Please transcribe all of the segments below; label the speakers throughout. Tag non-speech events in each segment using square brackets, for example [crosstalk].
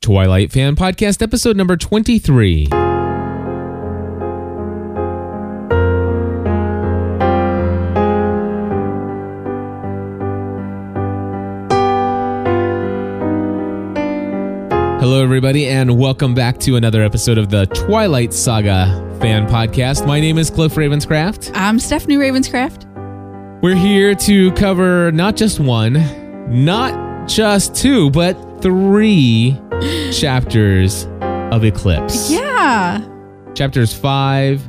Speaker 1: Twilight Fan Podcast, episode number 23. Hello, everybody, and welcome back to another episode of the Twilight Saga Fan Podcast. My name is Cliff Ravenscraft.
Speaker 2: I'm Stephanie Ravenscraft.
Speaker 1: We're here to cover not just one, not just two, but
Speaker 2: [gasps]
Speaker 1: three chapters of Eclipse.
Speaker 2: Yeah.
Speaker 1: Chapters five,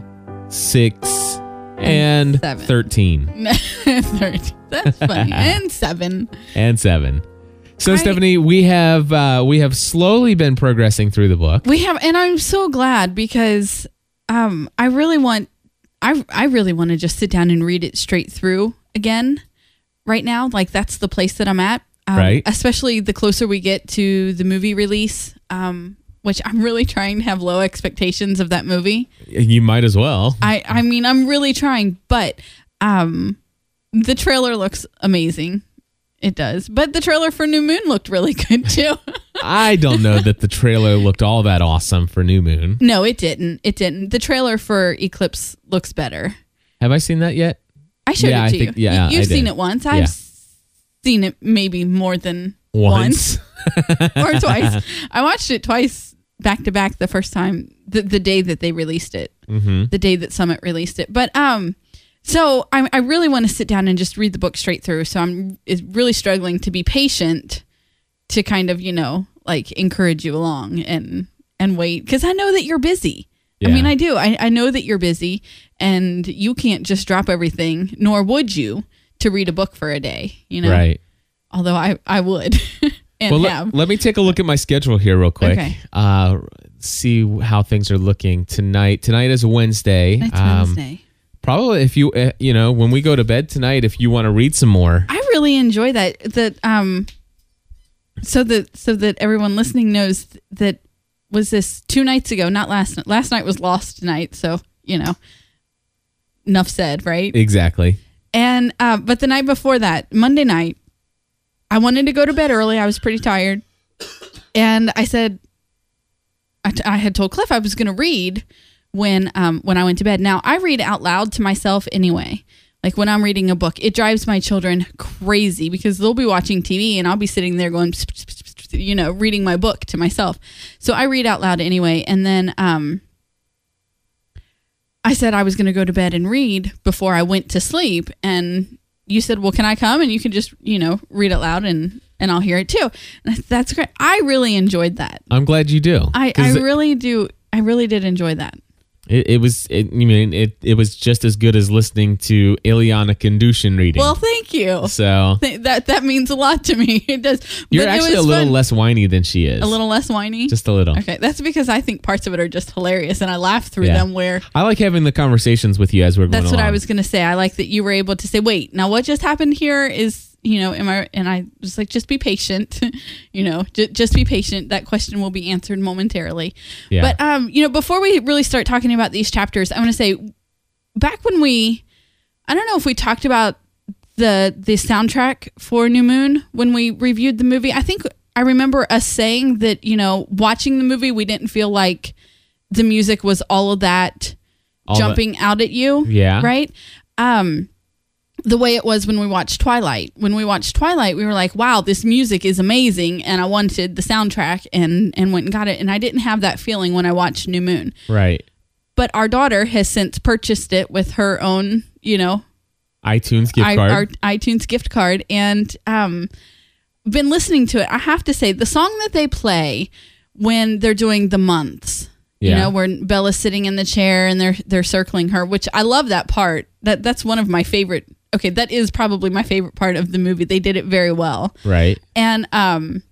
Speaker 1: six, and
Speaker 2: Seven.
Speaker 1: 13,
Speaker 2: Third. [laughs] That's funny. and seven.
Speaker 1: and seven. So,
Speaker 2: I-
Speaker 1: Stephanie, we have uh, we have slowly been progressing through the book.
Speaker 2: We have, and I'm so glad because um, I really want, I, I really want to just sit down and read it straight through again right now. Like that's the place that I'm at. Um,
Speaker 1: Right.
Speaker 2: Especially the closer we get to the movie release, um, which I'm really trying to have low expectations of that movie.
Speaker 1: You might as well.
Speaker 2: I, I mean, I'm really trying, but um, the trailer looks amazing. It does. But the trailer for New Moon looked really [laughs] good too.
Speaker 1: I don't know that the trailer looked all that awesome for New Moon.
Speaker 2: no, it didn't. It didn't. The trailer for Eclipse looks better.
Speaker 1: Have I seen that yet?
Speaker 2: I showed
Speaker 1: Yeah,
Speaker 2: it
Speaker 1: I
Speaker 2: to
Speaker 1: think-
Speaker 2: you.
Speaker 1: yeah,
Speaker 2: you.
Speaker 1: I
Speaker 2: You've
Speaker 1: did.
Speaker 2: seen it once. I've
Speaker 1: Yeah.
Speaker 2: s- seen it maybe more than once, or
Speaker 1: [laughs]
Speaker 2: twice. I watched it twice back to back the first time, the, the day that they released it.
Speaker 1: hmm
Speaker 2: the day that Summit released it. But um, so I, I really want to sit down and just read the book straight through. So I'm is really struggling to be patient to kind of you know like encourage you along and and wait because I know that you're busy. I mean,
Speaker 1: Yeah.
Speaker 2: I do. I, I know that you're busy and you can't just drop everything, nor would you, to read a book for a day, you know?
Speaker 1: Right.
Speaker 2: Although I, I would [laughs] and
Speaker 1: well, um,
Speaker 2: have.
Speaker 1: let, let me take a look at my schedule here real quick.
Speaker 2: Okay.
Speaker 1: Uh, see how things are looking tonight. Tonight is Wednesday. Um,
Speaker 2: It's Wednesday.
Speaker 1: Probably if you uh, you know when we go to bed tonight, if you want to read some more.
Speaker 2: I really enjoy that. That um, so that so that everyone listening knows that was this two nights ago, not last night. Last night was Lost night, so you know, enough said, right?
Speaker 1: Exactly.
Speaker 2: And uh, but the night before that, Monday night, I wanted to go to bed early. I was pretty tired, and I said, I, t- I had told Cliff I was going to read when um, when I went to bed. Now I read out loud to myself anyway. Like when I'm reading a book, it drives my children crazy because they'll be watching TV and I'll be sitting there going, you know, reading my book to myself. So I read out loud anyway, and then um, I said I was going to go to bed and read before I went to sleep, and you said, "Well, can I come?" And you can just you know read it loud and and I'll hear it too. And I said, that's great. I really enjoyed that.
Speaker 1: I'm glad you do.
Speaker 2: I
Speaker 1: 'Cause
Speaker 2: I really do. I really did enjoy that.
Speaker 1: it, it was. It, I mean, it it was just as good as listening to Ileana Kandushin reading.
Speaker 2: Well, thank you.
Speaker 1: so
Speaker 2: Th- That that means a lot to me. [laughs] It does.
Speaker 1: you're
Speaker 2: But it
Speaker 1: actually a
Speaker 2: was
Speaker 1: little
Speaker 2: fun.
Speaker 1: less whiny than she is.
Speaker 2: a little less whiny.
Speaker 1: just a little.
Speaker 2: okay, that's because I think parts of it are just hilarious, and I laugh through
Speaker 1: Yeah.
Speaker 2: them. Where
Speaker 1: I like having the conversations with you as we're going.
Speaker 2: That's what I
Speaker 1: along.
Speaker 2: was gonna say. I like that you were able to say, "Wait, now what just happened here is, you know, am I?" And I was like, "Just be patient, [laughs] you know, j- just be patient. That question will be answered momentarily."
Speaker 1: Yeah.
Speaker 2: But um, you know, before we really start talking about these chapters, I want to say, back when we, I don't know if we talked about the the soundtrack for New Moon when we reviewed the movie. I think I remember us saying that you know, watching the movie, we didn't feel like the music was all of that
Speaker 1: All the-
Speaker 2: jumping out at you
Speaker 1: Yeah.
Speaker 2: right? Um, the way it was when we watched Twilight. When we watched Twilight, we were like, "Wow, this music is amazing!" And I wanted the soundtrack and and went and got it. And I didn't have that feeling when I watched New Moon.
Speaker 1: right.
Speaker 2: But our daughter has since purchased it with her own, you know,
Speaker 1: iTunes gift
Speaker 2: I-
Speaker 1: card.
Speaker 2: our iTunes gift card, and um, been listening to it. I have to say, the song that they play when they're doing the months, you
Speaker 1: Yeah.
Speaker 2: know, where Bella's sitting in the chair and they're they're circling her, which I love that part. That that's one of my favorite. Okay, that is probably my favorite part of the movie. They did it very well,
Speaker 1: right.
Speaker 2: and um,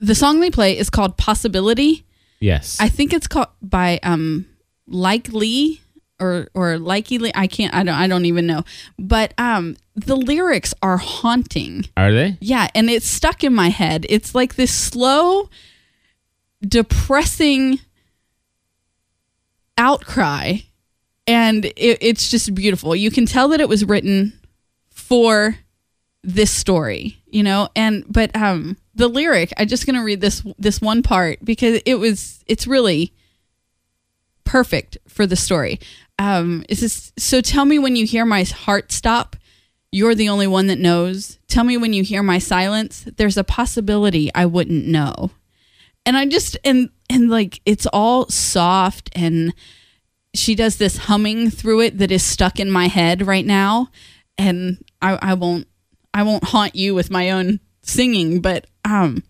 Speaker 2: the song they play is called "Possibility."
Speaker 1: Yes.
Speaker 2: I think it's called by um likely or or likely I can't I don't I don't even know. But um the lyrics are haunting.
Speaker 1: Are they?
Speaker 2: Yeah, and it's stuck in my head. It's like this slow depressing outcry and it, it's just beautiful. You can tell that it was written for this story, you know, and but um the lyric. I'm just gonna read this this one part because it was it's really perfect for the story. Um, it says, "So tell me when you hear my heart stop. You're the only one that knows. Tell me when you hear my silence. There's a possibility I wouldn't know." And I just and and like it's all soft and she does this humming through it that is stuck in my head right now and I, I won't I won't haunt you with my own singing, but um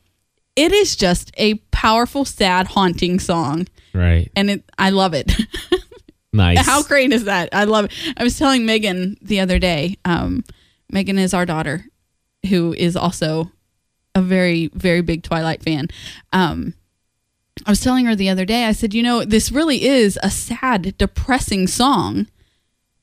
Speaker 2: it is just a powerful, sad, haunting song.
Speaker 1: Right.
Speaker 2: And it I love it. [laughs]
Speaker 1: Nice.
Speaker 2: How great is that? I love it. I was telling Megan the other day, um, Megan is our daughter, who is also a very, very big Twilight fan. Um, I was telling her the other day, I said, you know, this really is a sad, depressing song,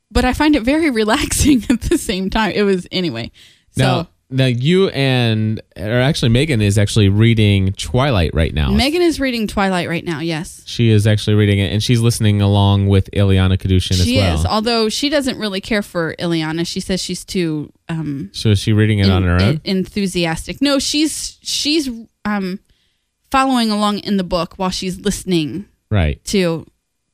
Speaker 2: but I find it very [laughs] relaxing at the same time. It was, anyway. So
Speaker 1: now, now you and or actually Megan is actually reading Twilight right now.
Speaker 2: Megan is reading Twilight right now, yes.
Speaker 1: she is actually reading it and she's listening along with Ileana Kadushin as
Speaker 2: She
Speaker 1: well.
Speaker 2: is, although she doesn't really care for Ileana. She says she's too um,
Speaker 1: So is she reading it on her own?
Speaker 2: en- enthusiastic. No, she's she's um following along in the book while she's listening
Speaker 1: right.
Speaker 2: to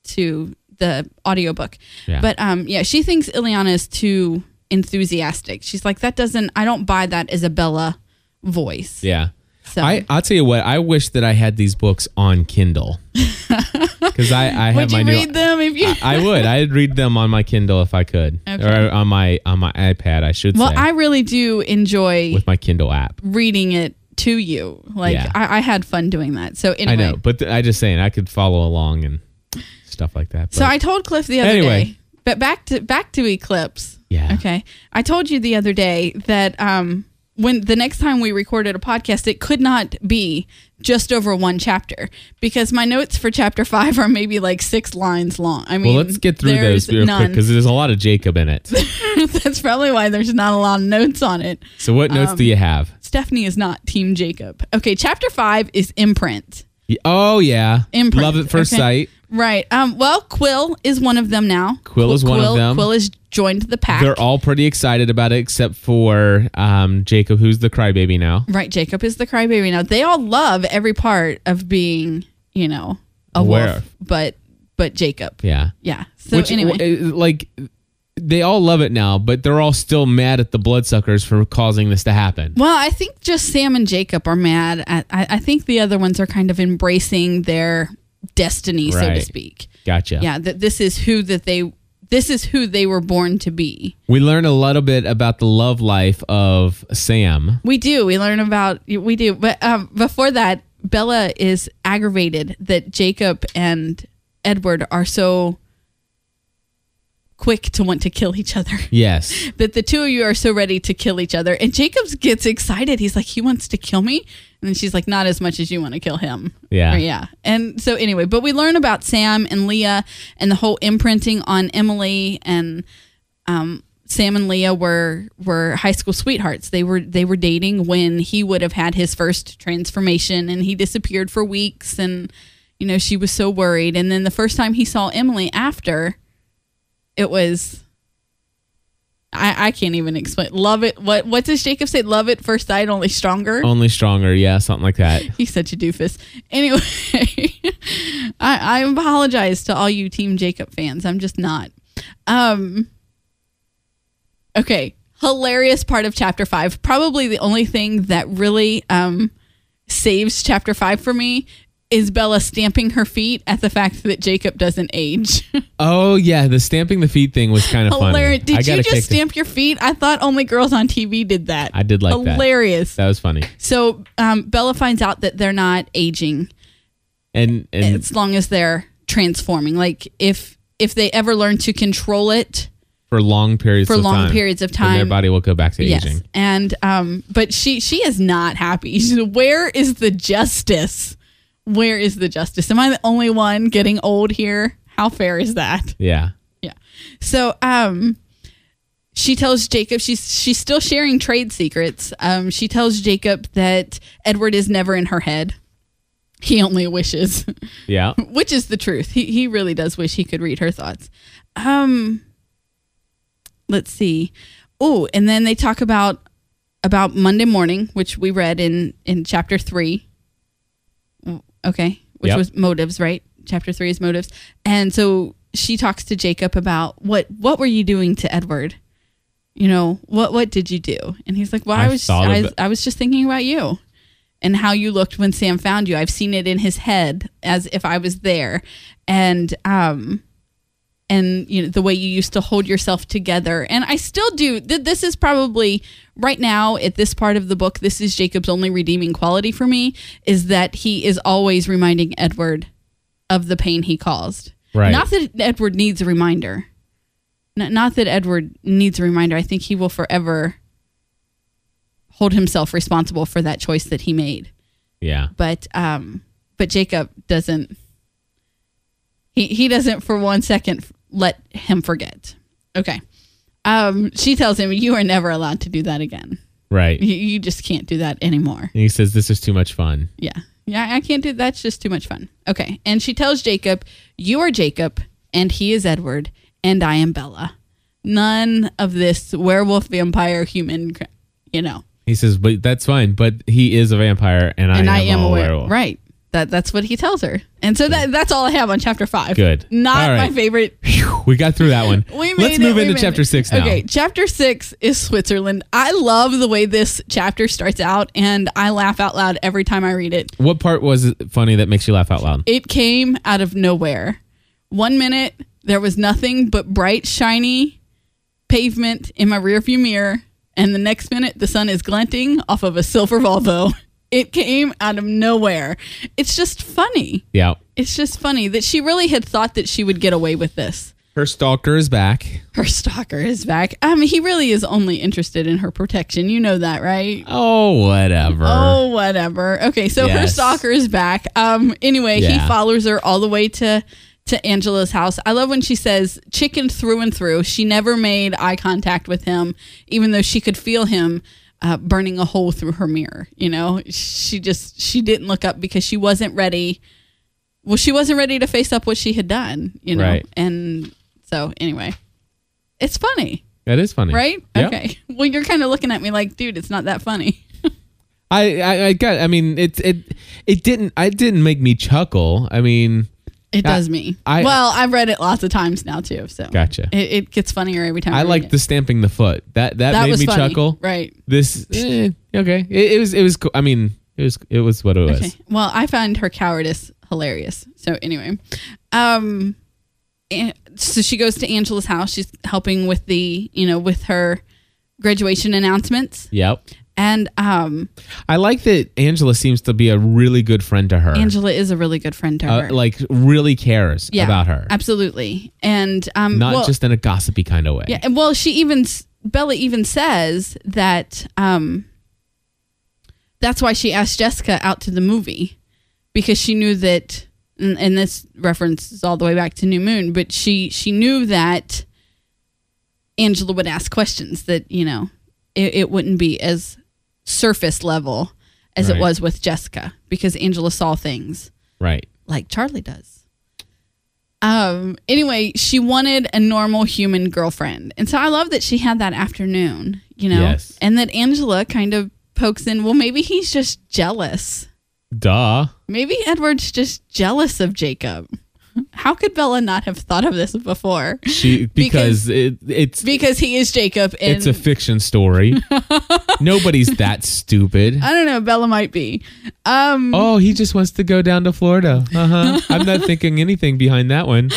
Speaker 2: to the audiobook.
Speaker 1: Yeah.
Speaker 2: But um yeah, she thinks Ileana is too enthusiastic. She's like that doesn't I don't buy that Isabella voice.
Speaker 1: Yeah.
Speaker 2: So
Speaker 1: I, I'll tell you what, I wish that I had these books on
Speaker 2: [laughs]
Speaker 1: Kindle. Because I, I have
Speaker 2: would
Speaker 1: my
Speaker 2: you
Speaker 1: new
Speaker 2: read them if you
Speaker 1: [laughs] I would. I'd read them on my Kindle if I could.
Speaker 2: Okay.
Speaker 1: Or on my on my iPad, I should
Speaker 2: [laughs] Well,
Speaker 1: say.
Speaker 2: I really do enjoy
Speaker 1: with my Kindle app.
Speaker 2: reading it to you. Like
Speaker 1: Yeah.
Speaker 2: I, I had fun doing that. So anyway.
Speaker 1: I know. But th- I just saying I could follow along and stuff like that.
Speaker 2: So
Speaker 1: but-
Speaker 2: I told Cliff the other
Speaker 1: Anyway.
Speaker 2: day. But back to back to Eclipse.
Speaker 1: Yeah.
Speaker 2: Okay. I told you the other day that um when the next time we recorded a podcast, it could not be just over one chapter because my notes for chapter five are maybe like six lines long. I mean,
Speaker 1: Well, let's get through
Speaker 2: there's
Speaker 1: those real quick
Speaker 2: none.
Speaker 1: because there's a lot of Jacob in it.
Speaker 2: [laughs] That's probably why there's not a lot of notes on it.
Speaker 1: So
Speaker 2: [laughs]
Speaker 1: what notes
Speaker 2: Um,
Speaker 1: do you have?
Speaker 2: Stephanie is not Team Jacob. Okay, chapter five is imprint.
Speaker 1: Y- Oh yeah,
Speaker 2: Imprint,
Speaker 1: love at first
Speaker 2: okay.
Speaker 1: sight.
Speaker 2: Right. Um. Well, Quill is one of them now.
Speaker 1: Quill is one of them.
Speaker 2: Quill is joined the pack.
Speaker 1: They're all pretty excited about it, except for um, Jacob, who's the crybaby now.
Speaker 2: Right, Jacob is the crybaby now. They all love every part of being, you know, a
Speaker 1: Aware.
Speaker 2: wolf, but but Jacob. Yeah.
Speaker 1: Yeah.
Speaker 2: So anyway,
Speaker 1: w- uh, like, they all love it now, but they're all still mad at the bloodsuckers for causing this to happen.
Speaker 2: well, I think just Sam and Jacob are mad. At, I, I think the other ones are kind of embracing their destiny, so to
Speaker 1: Right.
Speaker 2: speak.
Speaker 1: Gotcha.
Speaker 2: Yeah, that this is who that they this is who they were born to be.
Speaker 1: We learn a little bit about the love life of Sam.
Speaker 2: We do. We learn about we do. But um, before that, Bella is aggravated that Jacob and Edward are so quick to want to kill each other. [laughs]
Speaker 1: Yes.
Speaker 2: That the two of you are so ready to kill each other. And Jacobs gets excited. He's like, he wants to kill me. And then she's like, not as much as you want to kill him.
Speaker 1: Yeah.
Speaker 2: Or, yeah. And so, anyway, but we learn about Sam and Leah and the whole imprinting on Emily and um, Sam and Leah were were high school sweethearts. They were they were dating when he would have had his first transformation, and he disappeared for weeks. And you know she was so worried. And then the first time he saw Emily after, it was I I can't even explain. Love it. What what does Jacob say? Love it first sight, only stronger.
Speaker 1: Only stronger. Yeah, something like
Speaker 2: [laughs]
Speaker 1: that.
Speaker 2: He's such a doofus. Anyway, [laughs] I, I apologize to all you Team Jacob fans. I'm just not. Um, okay, hilarious part of chapter five. Probably the only thing that really um, saves chapter five for me is Bella stamping her feet at the fact that Jacob doesn't age. [laughs]
Speaker 1: Oh yeah, the stamping the feet thing was kind of funny.
Speaker 2: Hilarious.
Speaker 1: I
Speaker 2: Did
Speaker 1: got
Speaker 2: you
Speaker 1: a
Speaker 2: just
Speaker 1: kick to-
Speaker 2: stamp your feet? I thought only girls on TV did that.
Speaker 1: I did like that.
Speaker 2: Hilarious.
Speaker 1: That was funny.
Speaker 2: So um, Bella finds out that they're not aging
Speaker 1: And and
Speaker 2: as long as they're transforming. Like if if they ever learn to control it,
Speaker 1: for long periods
Speaker 2: For
Speaker 1: of
Speaker 2: long
Speaker 1: time,
Speaker 2: periods of
Speaker 1: then their
Speaker 2: time.
Speaker 1: body will go back to aging.
Speaker 2: yes. And um, but she she is not happy. [laughs] She's, Where is the justice? Where is the justice? Am I the only one getting old here? How fair is that?
Speaker 1: Yeah.
Speaker 2: Yeah. So um she tells Jacob she's she's still sharing trade secrets. Um she tells Jacob that Edward is never in her head. He only wishes. [laughs]
Speaker 1: Yeah.
Speaker 2: which is the truth. He he really does wish he could read her thoughts. Um let's see. Oh, and then they talk about about Monday morning, which we read in in chapter three. Oh, Okay, which
Speaker 1: Yep.
Speaker 2: was motives, right? Chapter three is motives, and so she talks to Jacob about what what were you doing to Edward? You know what what did you do? And he's like, Well, I,
Speaker 1: I
Speaker 2: was
Speaker 1: thought
Speaker 2: I,
Speaker 1: about-
Speaker 2: I was just thinking about you and how you looked when Sam found you. I've seen it in his head as if I was there, and um, and you know the way you used to hold yourself together and i still do th- this is probably right now at this part of the book this is jacob's only redeeming quality for me is that he is always reminding edward of the pain he caused
Speaker 1: Right.
Speaker 2: not that edward needs a reminder N- not that edward needs a reminder i think he will forever hold himself responsible for that choice that he made
Speaker 1: Yeah.
Speaker 2: but um but Jacob doesn't he he doesn't for one second f- let him forget. Okay. Um she tells him you are never allowed to do that again.
Speaker 1: Right. And
Speaker 2: You, you just can't do that anymore.
Speaker 1: he says, This is too much fun.
Speaker 2: Yeah. Yeah, I can't do that's just too much fun. Okay. And she tells Jacob, "You are Jacob and he is Edward and I am Bella." None of this werewolf vampire human, cra- you know.
Speaker 1: He says, But that's fine. But he is a vampire and,
Speaker 2: and
Speaker 1: I, am a
Speaker 2: aware.
Speaker 1: werewolf.
Speaker 2: Right. That that's what he tells her. And so that that's all I have on chapter five.
Speaker 1: Good.
Speaker 2: Not
Speaker 1: All
Speaker 2: my
Speaker 1: right.
Speaker 2: favorite.
Speaker 1: Phew, we got through that one.
Speaker 2: [laughs] We made
Speaker 1: Let's
Speaker 2: it,
Speaker 1: move
Speaker 2: we
Speaker 1: into
Speaker 2: made
Speaker 1: chapter
Speaker 2: it.
Speaker 1: six now.
Speaker 2: Okay, chapter six is Switzerland. I love the way this chapter starts out, and I laugh out loud every time I read it.
Speaker 1: What part was funny that makes you laugh out loud?
Speaker 2: It came out of nowhere. One minute there was nothing but bright, shiny pavement in my rearview mirror, and the next minute the sun is glinting off of a silver Volvo. [laughs] It came out of nowhere. It's just funny.
Speaker 1: yeah.
Speaker 2: It's just funny that she really had thought that she would get away with this.
Speaker 1: Her stalker is back.
Speaker 2: Her stalker is back. I mean, he really is only interested in her protection. You know that, right?
Speaker 1: Oh, whatever.
Speaker 2: Oh, whatever. Okay, so her
Speaker 1: Yes.
Speaker 2: stalker is back. Um. Anyway,
Speaker 1: Yeah.
Speaker 2: he follows her all the way to to Angela's house. I love when she says chicken through and through. She never made eye contact with him, even though she could feel him. Uh, burning a hole through her mirror you know she just she didn't look up because she wasn't ready well she wasn't ready to face up what she had done you know
Speaker 1: Right.
Speaker 2: and so anyway it's funny
Speaker 1: That is funny.
Speaker 2: right
Speaker 1: Yeah.
Speaker 2: okay [laughs] well you're kind of looking at me like dude it's not that funny
Speaker 1: I, I, I got, I mean, it, it, it didn't, I didn't make me chuckle. I mean,
Speaker 2: It
Speaker 1: I-
Speaker 2: does me.
Speaker 1: I-
Speaker 2: well, I've read it lots of times now too. So
Speaker 1: Gotcha.
Speaker 2: It, it gets funnier every time.
Speaker 1: I
Speaker 2: read
Speaker 1: like
Speaker 2: it.
Speaker 1: the stamping the foot. That, that,
Speaker 2: That
Speaker 1: made
Speaker 2: was
Speaker 1: me
Speaker 2: funny.
Speaker 1: chuckle.
Speaker 2: Right.
Speaker 1: This, eh, okay. It, it was, it was cool. I mean, it was, it was what it was.
Speaker 2: Okay. Well, I find her cowardice hilarious. So anyway, um, and- so she goes to Angela's house. She's helping with the you know with her graduation announcements
Speaker 1: Yep.
Speaker 2: and um
Speaker 1: I like that Angela seems to be a really good friend to her.
Speaker 2: Angela is a really good friend to
Speaker 1: Uh,
Speaker 2: her.
Speaker 1: like really cares
Speaker 2: Yeah,
Speaker 1: about her.
Speaker 2: Absolutely. And um
Speaker 1: Not
Speaker 2: well,
Speaker 1: just in a gossipy kind of way.
Speaker 2: Yeah, and well, she even s- Bella even says that um that's why she asked Jessica out to the movie because she knew that and, and this references all the way back to New Moon, but she she knew that Angela would ask questions that, you know, it, it wouldn't be as surface level as
Speaker 1: Right.
Speaker 2: it was with Jessica because Angela saw things
Speaker 1: Right.
Speaker 2: like Charlie does. Um, anyway, she wanted a normal human girlfriend. And so I love that she had that afternoon, you know,
Speaker 1: Yes.
Speaker 2: and that Angela kind of pokes in, well, maybe he's just jealous.
Speaker 1: Duh.
Speaker 2: Maybe Edward's just jealous of Jacob. How could Bella not have thought of this before?
Speaker 1: She because,
Speaker 2: [laughs] Because-
Speaker 1: it, it's
Speaker 2: Because he is Jacob. And
Speaker 1: it's a fiction
Speaker 2: [laughs]
Speaker 1: story. Nobody's that stupid.
Speaker 2: I don't know, Bella might be.
Speaker 1: [laughs]
Speaker 2: Um,
Speaker 1: Oh, he just wants to go down to Florida. Uh
Speaker 2: [laughs]
Speaker 1: huh. I'm not thinking anything behind that one.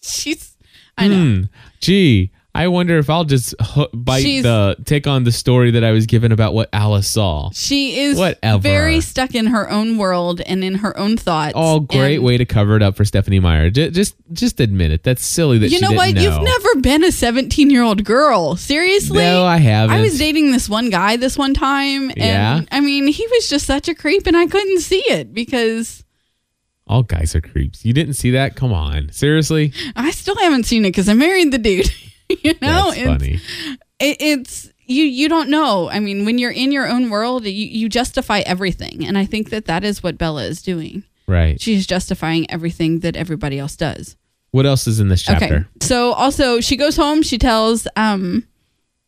Speaker 2: she's, I know.
Speaker 1: Hmm. Gee, I wonder if I'll just ho- bite
Speaker 2: She's-
Speaker 1: the take on the story that I was given about what Alice saw.
Speaker 2: She is
Speaker 1: Whatever.
Speaker 2: very stuck in her own world and in her own thoughts.
Speaker 1: Oh, great
Speaker 2: And-
Speaker 1: way to cover it up for Stephanie Meyer. J- just, just admit it. That's silly that
Speaker 2: You
Speaker 1: she
Speaker 2: know
Speaker 1: didn't
Speaker 2: what? You've never been a 17 year old girl. Seriously?
Speaker 1: No, I haven't.
Speaker 2: I was dating this one guy this one time. And
Speaker 1: Yeah?
Speaker 2: I mean, he was just such a creep and I couldn't see it because
Speaker 1: All guys are creeps. You didn't see that? Come on. Seriously?
Speaker 2: I still haven't seen it because I married the dude. [laughs] you know?
Speaker 1: That's
Speaker 2: It's-
Speaker 1: funny.
Speaker 2: it, it's you you don't know i mean when you're in your own world you, you justify everything and i think that that is what bella is doing
Speaker 1: Right.
Speaker 2: she's justifying everything that everybody else does
Speaker 1: What else is in this chapter?
Speaker 2: Okay. So also she goes home, she tells um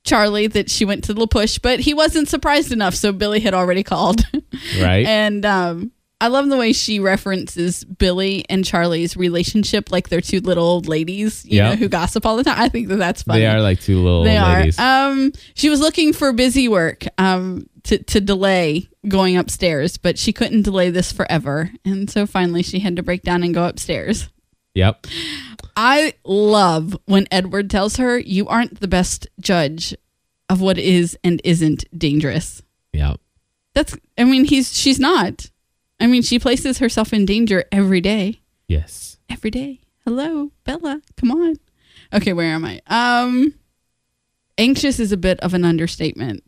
Speaker 2: Charlie that she went to the push, but he wasn't surprised enough, so Billy had already called. [laughs]
Speaker 1: right?
Speaker 2: and um, I love the way she references Billy and Charlie's relationship, like they're two little old ladies, you
Speaker 1: Yeah.
Speaker 2: know, who gossip all the time. I think that that's funny.
Speaker 1: they are like two little
Speaker 2: They
Speaker 1: old
Speaker 2: are.
Speaker 1: ladies.
Speaker 2: Um, she was looking for busy work um, to, to delay going upstairs, but she couldn't delay this forever. And so finally she had to break down and go upstairs.
Speaker 1: yep.
Speaker 2: I love when Edward tells her, You aren't the best judge of what is and isn't dangerous.
Speaker 1: Yep.
Speaker 2: That's, I mean, he's, she's not. I mean, she places herself in danger every day.
Speaker 1: Yes.
Speaker 2: Every day. Hello, Bella. Come on. Okay, where am I? Um, anxious is a bit of an understatement.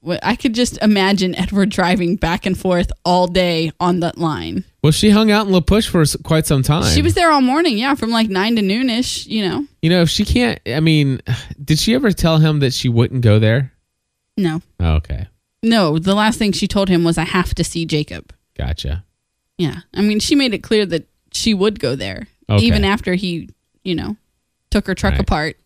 Speaker 2: What- I could just imagine Edward driving back and forth all day on that line.
Speaker 1: Well, she hung out in La Push for s- quite some time.
Speaker 2: She was there all morning, yeah, from like nine to noonish. You know,
Speaker 1: You know, if she can't, I mean, [sighs] did she ever tell him that she wouldn't go there?
Speaker 2: no,
Speaker 1: Oh, okay.
Speaker 2: No, the last thing she told him was, I have to see Jacob.
Speaker 1: Gotcha.
Speaker 2: Yeah. I mean, she made it clear that she would go there,
Speaker 1: Okay.
Speaker 2: even after he, you know, took her truck
Speaker 1: Right.
Speaker 2: apart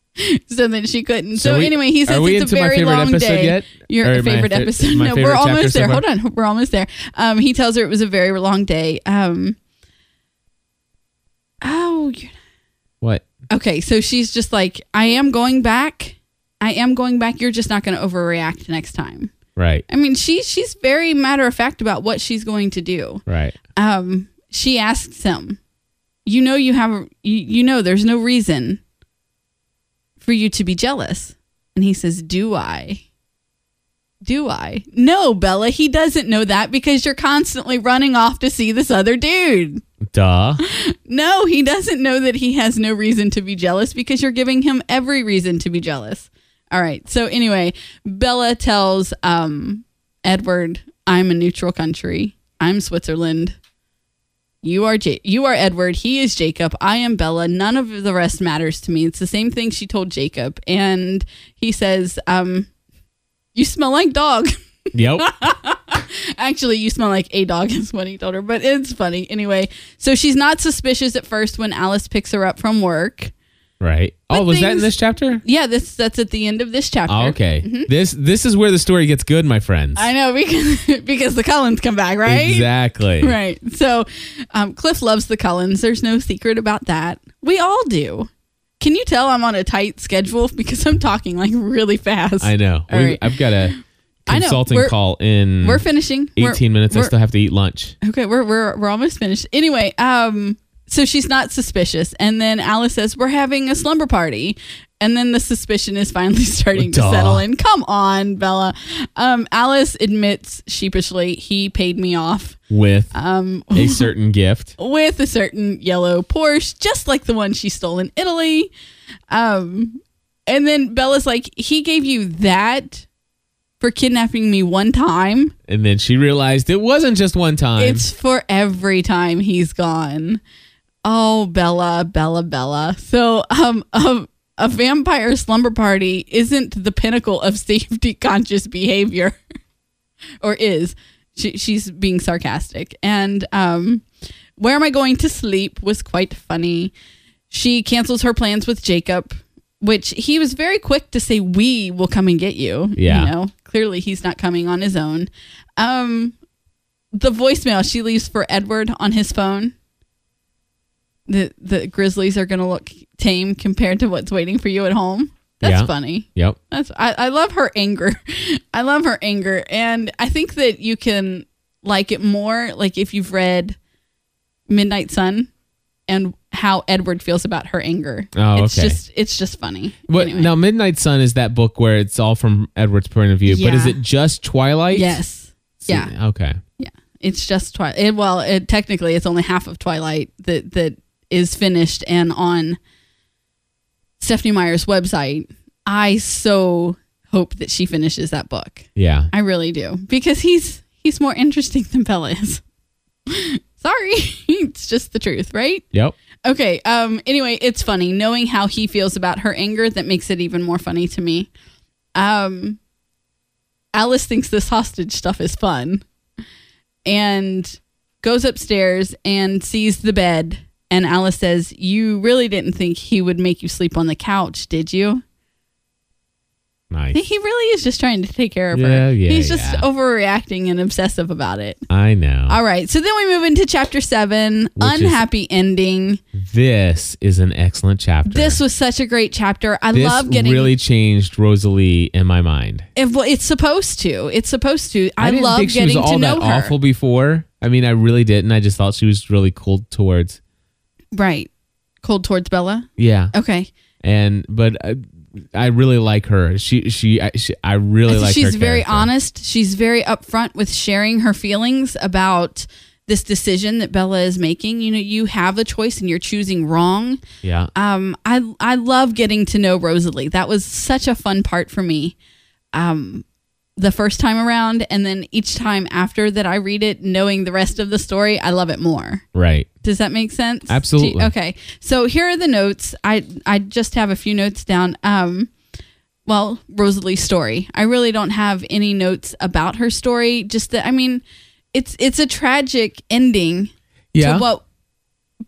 Speaker 2: [laughs] so that she couldn't.
Speaker 1: So
Speaker 2: So,
Speaker 1: we-
Speaker 2: anyway, he
Speaker 1: are
Speaker 2: says
Speaker 1: we
Speaker 2: it's
Speaker 1: into
Speaker 2: a
Speaker 1: my
Speaker 2: very
Speaker 1: favorite
Speaker 2: long
Speaker 1: episode
Speaker 2: day.
Speaker 1: yet?
Speaker 2: Your
Speaker 1: Or my
Speaker 2: favorite
Speaker 1: fa-
Speaker 2: episode.
Speaker 1: my
Speaker 2: no,
Speaker 1: favorite
Speaker 2: we're
Speaker 1: chapter
Speaker 2: almost
Speaker 1: so
Speaker 2: there.
Speaker 1: far?
Speaker 2: Hold on. We're almost there. Um, he tells her it was a very long day. Um, oh, you're
Speaker 1: What?
Speaker 2: Okay, so she's just like, I am going back. I am going back. You're just not going to overreact next time.
Speaker 1: Right.
Speaker 2: I mean, she she's very matter of fact about what she's going to do.
Speaker 1: Right.
Speaker 2: Um, she asks him, "You know, you have you, you know, there's no reason for you to be jealous." And he says, "Do I?" Do I? No, Bella, he doesn't know that because you're constantly running off to see this other dude. [laughs]
Speaker 1: Duh.
Speaker 2: No, he doesn't know that he has no reason to be jealous because you're giving him every reason to be jealous. All right. So anyway, Bella tells um, Edward, "I'm a neutral country. I'm Switzerland. You are ja- you are Edward. He is Jacob. I am Bella. None of the rest matters to me." It's the same thing she told Jacob, and he says, um, "You smell like dog."
Speaker 1: yep.
Speaker 2: Actually, you smell like a dog is what he told her, but it's funny. Anyway, so she's not suspicious at first when Alice picks her up from work.
Speaker 1: Right. oh,
Speaker 2: But
Speaker 1: was that in
Speaker 2: things-
Speaker 1: this chapter?
Speaker 2: Yeah, this that's at the end of this chapter.
Speaker 1: Oh, okay. This this is where the story gets good, my friends.
Speaker 2: Mm-hmm. I know because [laughs] because the Cullens come back, right?
Speaker 1: Exactly.
Speaker 2: [laughs] Right. So, um, Cliff loves the Cullens. There's no secret about that. We all do. Can you tell I'm on a tight schedule [laughs] because I'm talking like really fast?
Speaker 1: I know.
Speaker 2: All
Speaker 1: We-
Speaker 2: right.
Speaker 1: I've got a
Speaker 2: [gasps] I know.
Speaker 1: consulting
Speaker 2: We're-
Speaker 1: call in
Speaker 2: We're finishing. We're-
Speaker 1: 18 minutes. I
Speaker 2: we're-
Speaker 1: still have to eat lunch.
Speaker 2: Okay, we're we're we're almost finished. Anyway, um, so she's not suspicious, and then Alice says we're having a slumber party, and then the suspicion is finally [laughs] starting
Speaker 1: Duh.
Speaker 2: to settle in. Come on, Bella. Um, Alice admits sheepishly he paid me off.
Speaker 1: With
Speaker 2: Um.
Speaker 1: a certain gift.
Speaker 2: With a certain yellow Porsche, just like the one she stole in Italy. Um, and then Bella's like, he gave you that for kidnapping me one time.
Speaker 1: And then she realized it wasn't just one time.
Speaker 2: It's for every time he's gone. Oh, Bella, Bella, Bella. So, um, um, a vampire slumber party isn't the pinnacle of safety [laughs] conscious behavior, or is. She, she's being sarcastic. And um, where am I going to sleep was quite funny. She cancels her plans with Jacob, which he was very quick to say, "We will come and get you."
Speaker 1: Yeah.
Speaker 2: You know, clearly he's not coming on his own. Um, the voicemail she leaves for Edward on his phone. The the Grizzlies are gonna look tame compared to what's waiting for you at home. That's
Speaker 1: Yeah.
Speaker 2: funny.
Speaker 1: yep.
Speaker 2: That's I, I love her anger. [laughs] I love her anger. And I think that you can like it more like if you've read Midnight Sun and how Edward feels about her anger.
Speaker 1: Oh,
Speaker 2: It's
Speaker 1: okay.
Speaker 2: just it's just funny.
Speaker 1: What
Speaker 2: Anyway.
Speaker 1: now? Midnight Sun is that book where it's all from Edward's point of view, but is
Speaker 2: Yeah.
Speaker 1: it just Twilight?
Speaker 2: Yes.
Speaker 1: So-
Speaker 2: yeah.
Speaker 1: Okay.
Speaker 2: Yeah, it's just Twilight. It, well, it, technically, it's only half of Twilight that that is finished and on Stephanie Meyer's website. I so hope that she finishes that book.
Speaker 1: Yeah.
Speaker 2: I really do because he's he's more interesting than Bella is. [laughs] Sorry, [laughs] it's just the truth, right?
Speaker 1: Yep.
Speaker 2: Okay. Um. Anyway, it's funny knowing how he feels about her anger. That makes it even more funny to me. Um. Alice thinks this hostage stuff is fun, and goes upstairs and sees the bed. And Alice says, "You really didn't think he would make you sleep on the couch, did you?"
Speaker 1: Nice.
Speaker 2: He really is just trying to take care of
Speaker 1: Yeah,
Speaker 2: her.
Speaker 1: yeah,
Speaker 2: He's just
Speaker 1: yeah.
Speaker 2: overreacting and obsessive about it.
Speaker 1: I know.
Speaker 2: All right. So then we move into chapter seven
Speaker 1: Which is-
Speaker 2: unhappy ending.
Speaker 1: This is an excellent chapter.
Speaker 2: This was such a great chapter. I
Speaker 1: This
Speaker 2: love getting
Speaker 1: really changed Rosalie in my mind.
Speaker 2: If- well, it's supposed to. It's supposed to. I,
Speaker 1: didn't
Speaker 2: love
Speaker 1: think she
Speaker 2: getting
Speaker 1: was all
Speaker 2: to know
Speaker 1: that
Speaker 2: her.
Speaker 1: awful before. I mean, I really didn't. I just thought she was really cool towards.
Speaker 2: Right. Cold towards Bella.
Speaker 1: Yeah,
Speaker 2: Okay.
Speaker 1: and but I, I really like her. She she I, she, I really
Speaker 2: I think
Speaker 1: like.
Speaker 2: she's
Speaker 1: her
Speaker 2: very
Speaker 1: character.
Speaker 2: honest. She's very upfront with sharing her feelings about this decision that Bella is making. You know, you have a choice and you're choosing wrong.
Speaker 1: Yeah,
Speaker 2: Um, I I love getting to know Rosalie. That was such a fun part for me. Um, the first time around, and then each time after that I read it, knowing the rest of the story, I love it more.
Speaker 1: right.
Speaker 2: Does that make sense?
Speaker 1: Absolutely.
Speaker 2: Do you- okay. So here are the notes. I I just have a few notes down. Um, well, Rosalie's story. I really don't have any notes about her story. Just that I mean, it's it's a tragic ending
Speaker 1: Yeah,
Speaker 2: to what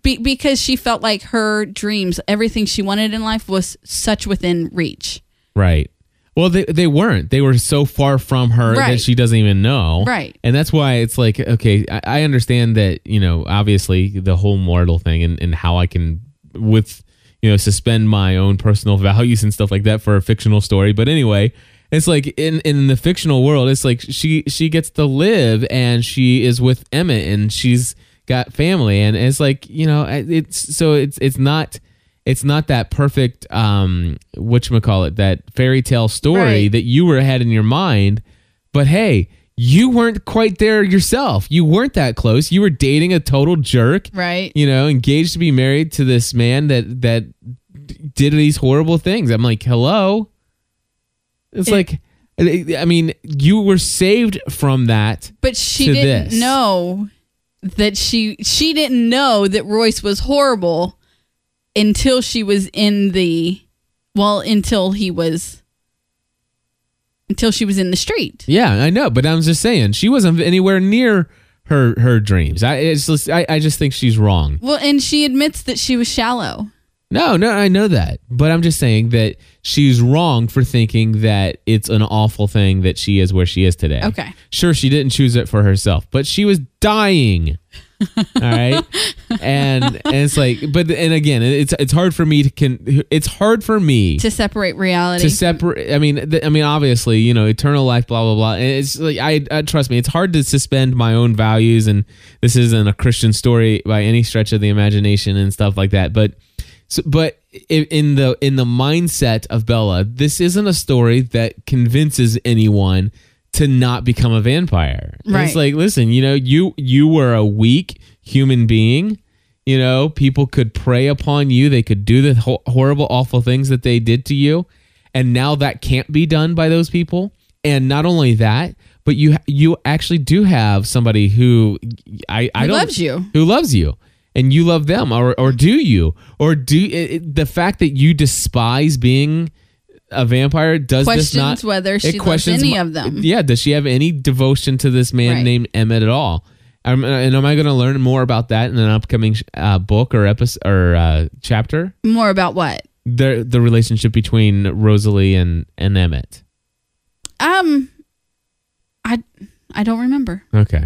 Speaker 2: be, because she felt like her dreams, everything she wanted in life was such within reach.
Speaker 1: right. Well, they they weren't. They were so far from her
Speaker 2: Right.
Speaker 1: that she doesn't even know.
Speaker 2: Right.
Speaker 1: And that's why it's like okay, I, I understand that you know obviously the whole mortal thing and and how I can with you know suspend my own personal [laughs] values and stuff like that for a fictional story. But anyway. It's like in, in the fictional world, it's like she she gets to live and she is with Emmett and she's got family and it's like you know it's so it's it's not it's not that perfect um what you call it that fairy tale story
Speaker 2: Right.
Speaker 1: that you were had in your mind but hey you weren't quite there yourself you weren't that close you were dating a total jerk
Speaker 2: Right.
Speaker 1: you know engaged to be married to this man that that did these horrible things i'm like hello it's
Speaker 2: It-
Speaker 1: like I I mean, you were saved from that.
Speaker 2: But she
Speaker 1: To
Speaker 2: didn't
Speaker 1: this.
Speaker 2: know that she she didn't know that Royce was horrible until she was in the well until he was until she was in the street.
Speaker 1: Yeah, I know, but I'm just saying she wasn't anywhere near her her dreams. I it's just, I, I just think she's wrong.
Speaker 2: Well, and she admits that she was shallow.
Speaker 1: No, no, I know that. But I'm just saying that she's wrong for thinking that it's an awful thing that she is where she is today.
Speaker 2: Okay.
Speaker 1: Sure, she didn't choose it for herself, but she was
Speaker 2: [laughs]
Speaker 1: dying. All right. And and it's like but and again, it's it's hard for me to can it's hard for me
Speaker 2: To separate reality.
Speaker 1: to separate i mean th- i mean obviously you know eternal life blah blah blah And it's like I, I trust me it's hard to suspend my own values and this isn't a christian story by any stretch of the imagination and stuff like that but so, but i- in the in the mindset of bella this isn't a story that convinces anyone to not become a vampire And
Speaker 2: Right.
Speaker 1: it's like listen you know you you were a weak human being you know, people could prey upon you. They could do the ho- horrible, awful things that they did to you, and now that can't be done by those people. And not only that, but you you actually do have somebody who I I
Speaker 2: Who
Speaker 1: don't
Speaker 2: loves you.
Speaker 1: who loves you, and you love them, or or do you, or do it, it- the fact that you despise being a vampire does this
Speaker 2: questions
Speaker 1: not
Speaker 2: whether she
Speaker 1: questions
Speaker 2: loves any
Speaker 1: my-
Speaker 2: of them.
Speaker 1: Yeah, does she have any devotion to this man
Speaker 2: Right.
Speaker 1: named Emmett at all? Um, and am I going to learn more about that in an upcoming uh, book or episode or uh, chapter?
Speaker 2: More about what?
Speaker 1: The the relationship between Rosalie and and Emmett.
Speaker 2: Um, I I don't remember.
Speaker 1: Okay.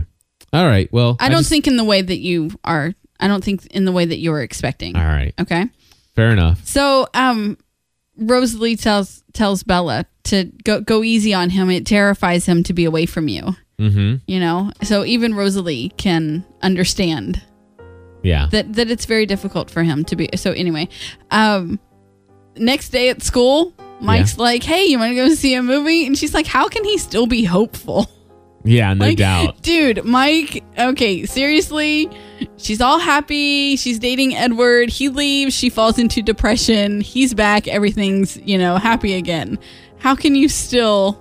Speaker 1: All right. Well,
Speaker 2: I don't
Speaker 1: just-
Speaker 2: think in the way that you are. I don't think in the way that you were expecting.
Speaker 1: All right.
Speaker 2: Okay.
Speaker 1: Fair enough.
Speaker 2: So, um, Rosalie tells tells Bella to go go easy on him. It terrifies him to be away from you.
Speaker 1: Mm-hmm.
Speaker 2: You know. So even Rosalie can understand
Speaker 1: Yeah.
Speaker 2: that that it's very difficult for him to be. So anyway, um, next day at school, Mike's like, "Hey, you want to go see a movie?" And she's like, "How can he still be hopeful?"
Speaker 1: yeah. No
Speaker 2: Like,
Speaker 1: doubt.
Speaker 2: Dude, Mike, okay, seriously, she's all happy. She's dating Edward. He leaves. She falls into depression. He's back. Everything's, you know, happy again. How can you still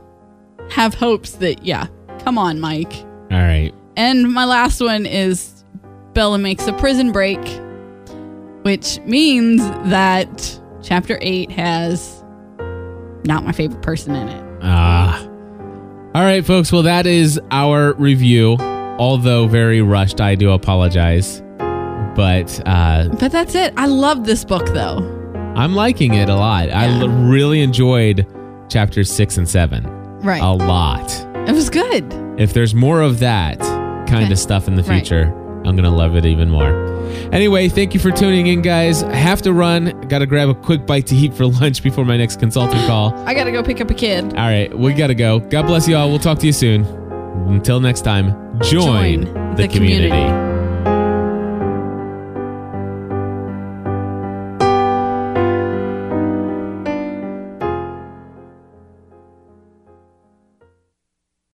Speaker 2: have hopes that, yeah, come on, Mike?
Speaker 1: All right.
Speaker 2: And my last one is Bella makes a prison break, which means that chapter eight has not my favorite person in it.
Speaker 1: Ah. All right, folks. Well, that is our review. Although very rushed, I do apologize. But uh,
Speaker 2: But that's it. I love this book, though.
Speaker 1: I'm liking it a lot. I
Speaker 2: Yeah.
Speaker 1: l- really enjoyed chapters six and seven
Speaker 2: Right.
Speaker 1: a lot.
Speaker 2: it was good.
Speaker 1: If there's more of that kind
Speaker 2: Okay.
Speaker 1: of stuff in the
Speaker 2: Right.
Speaker 1: future, I'm going to love it even more. Anyway, thank you for tuning in, guys. I have to run. Got to grab a quick bite to eat for [laughs] lunch before my next consulting call.
Speaker 2: I gotta go pick up a kid.
Speaker 1: All right, we got to go. God bless you all. We'll talk to you soon. Until next time, join,
Speaker 2: Join
Speaker 1: the,
Speaker 2: the community.
Speaker 1: community.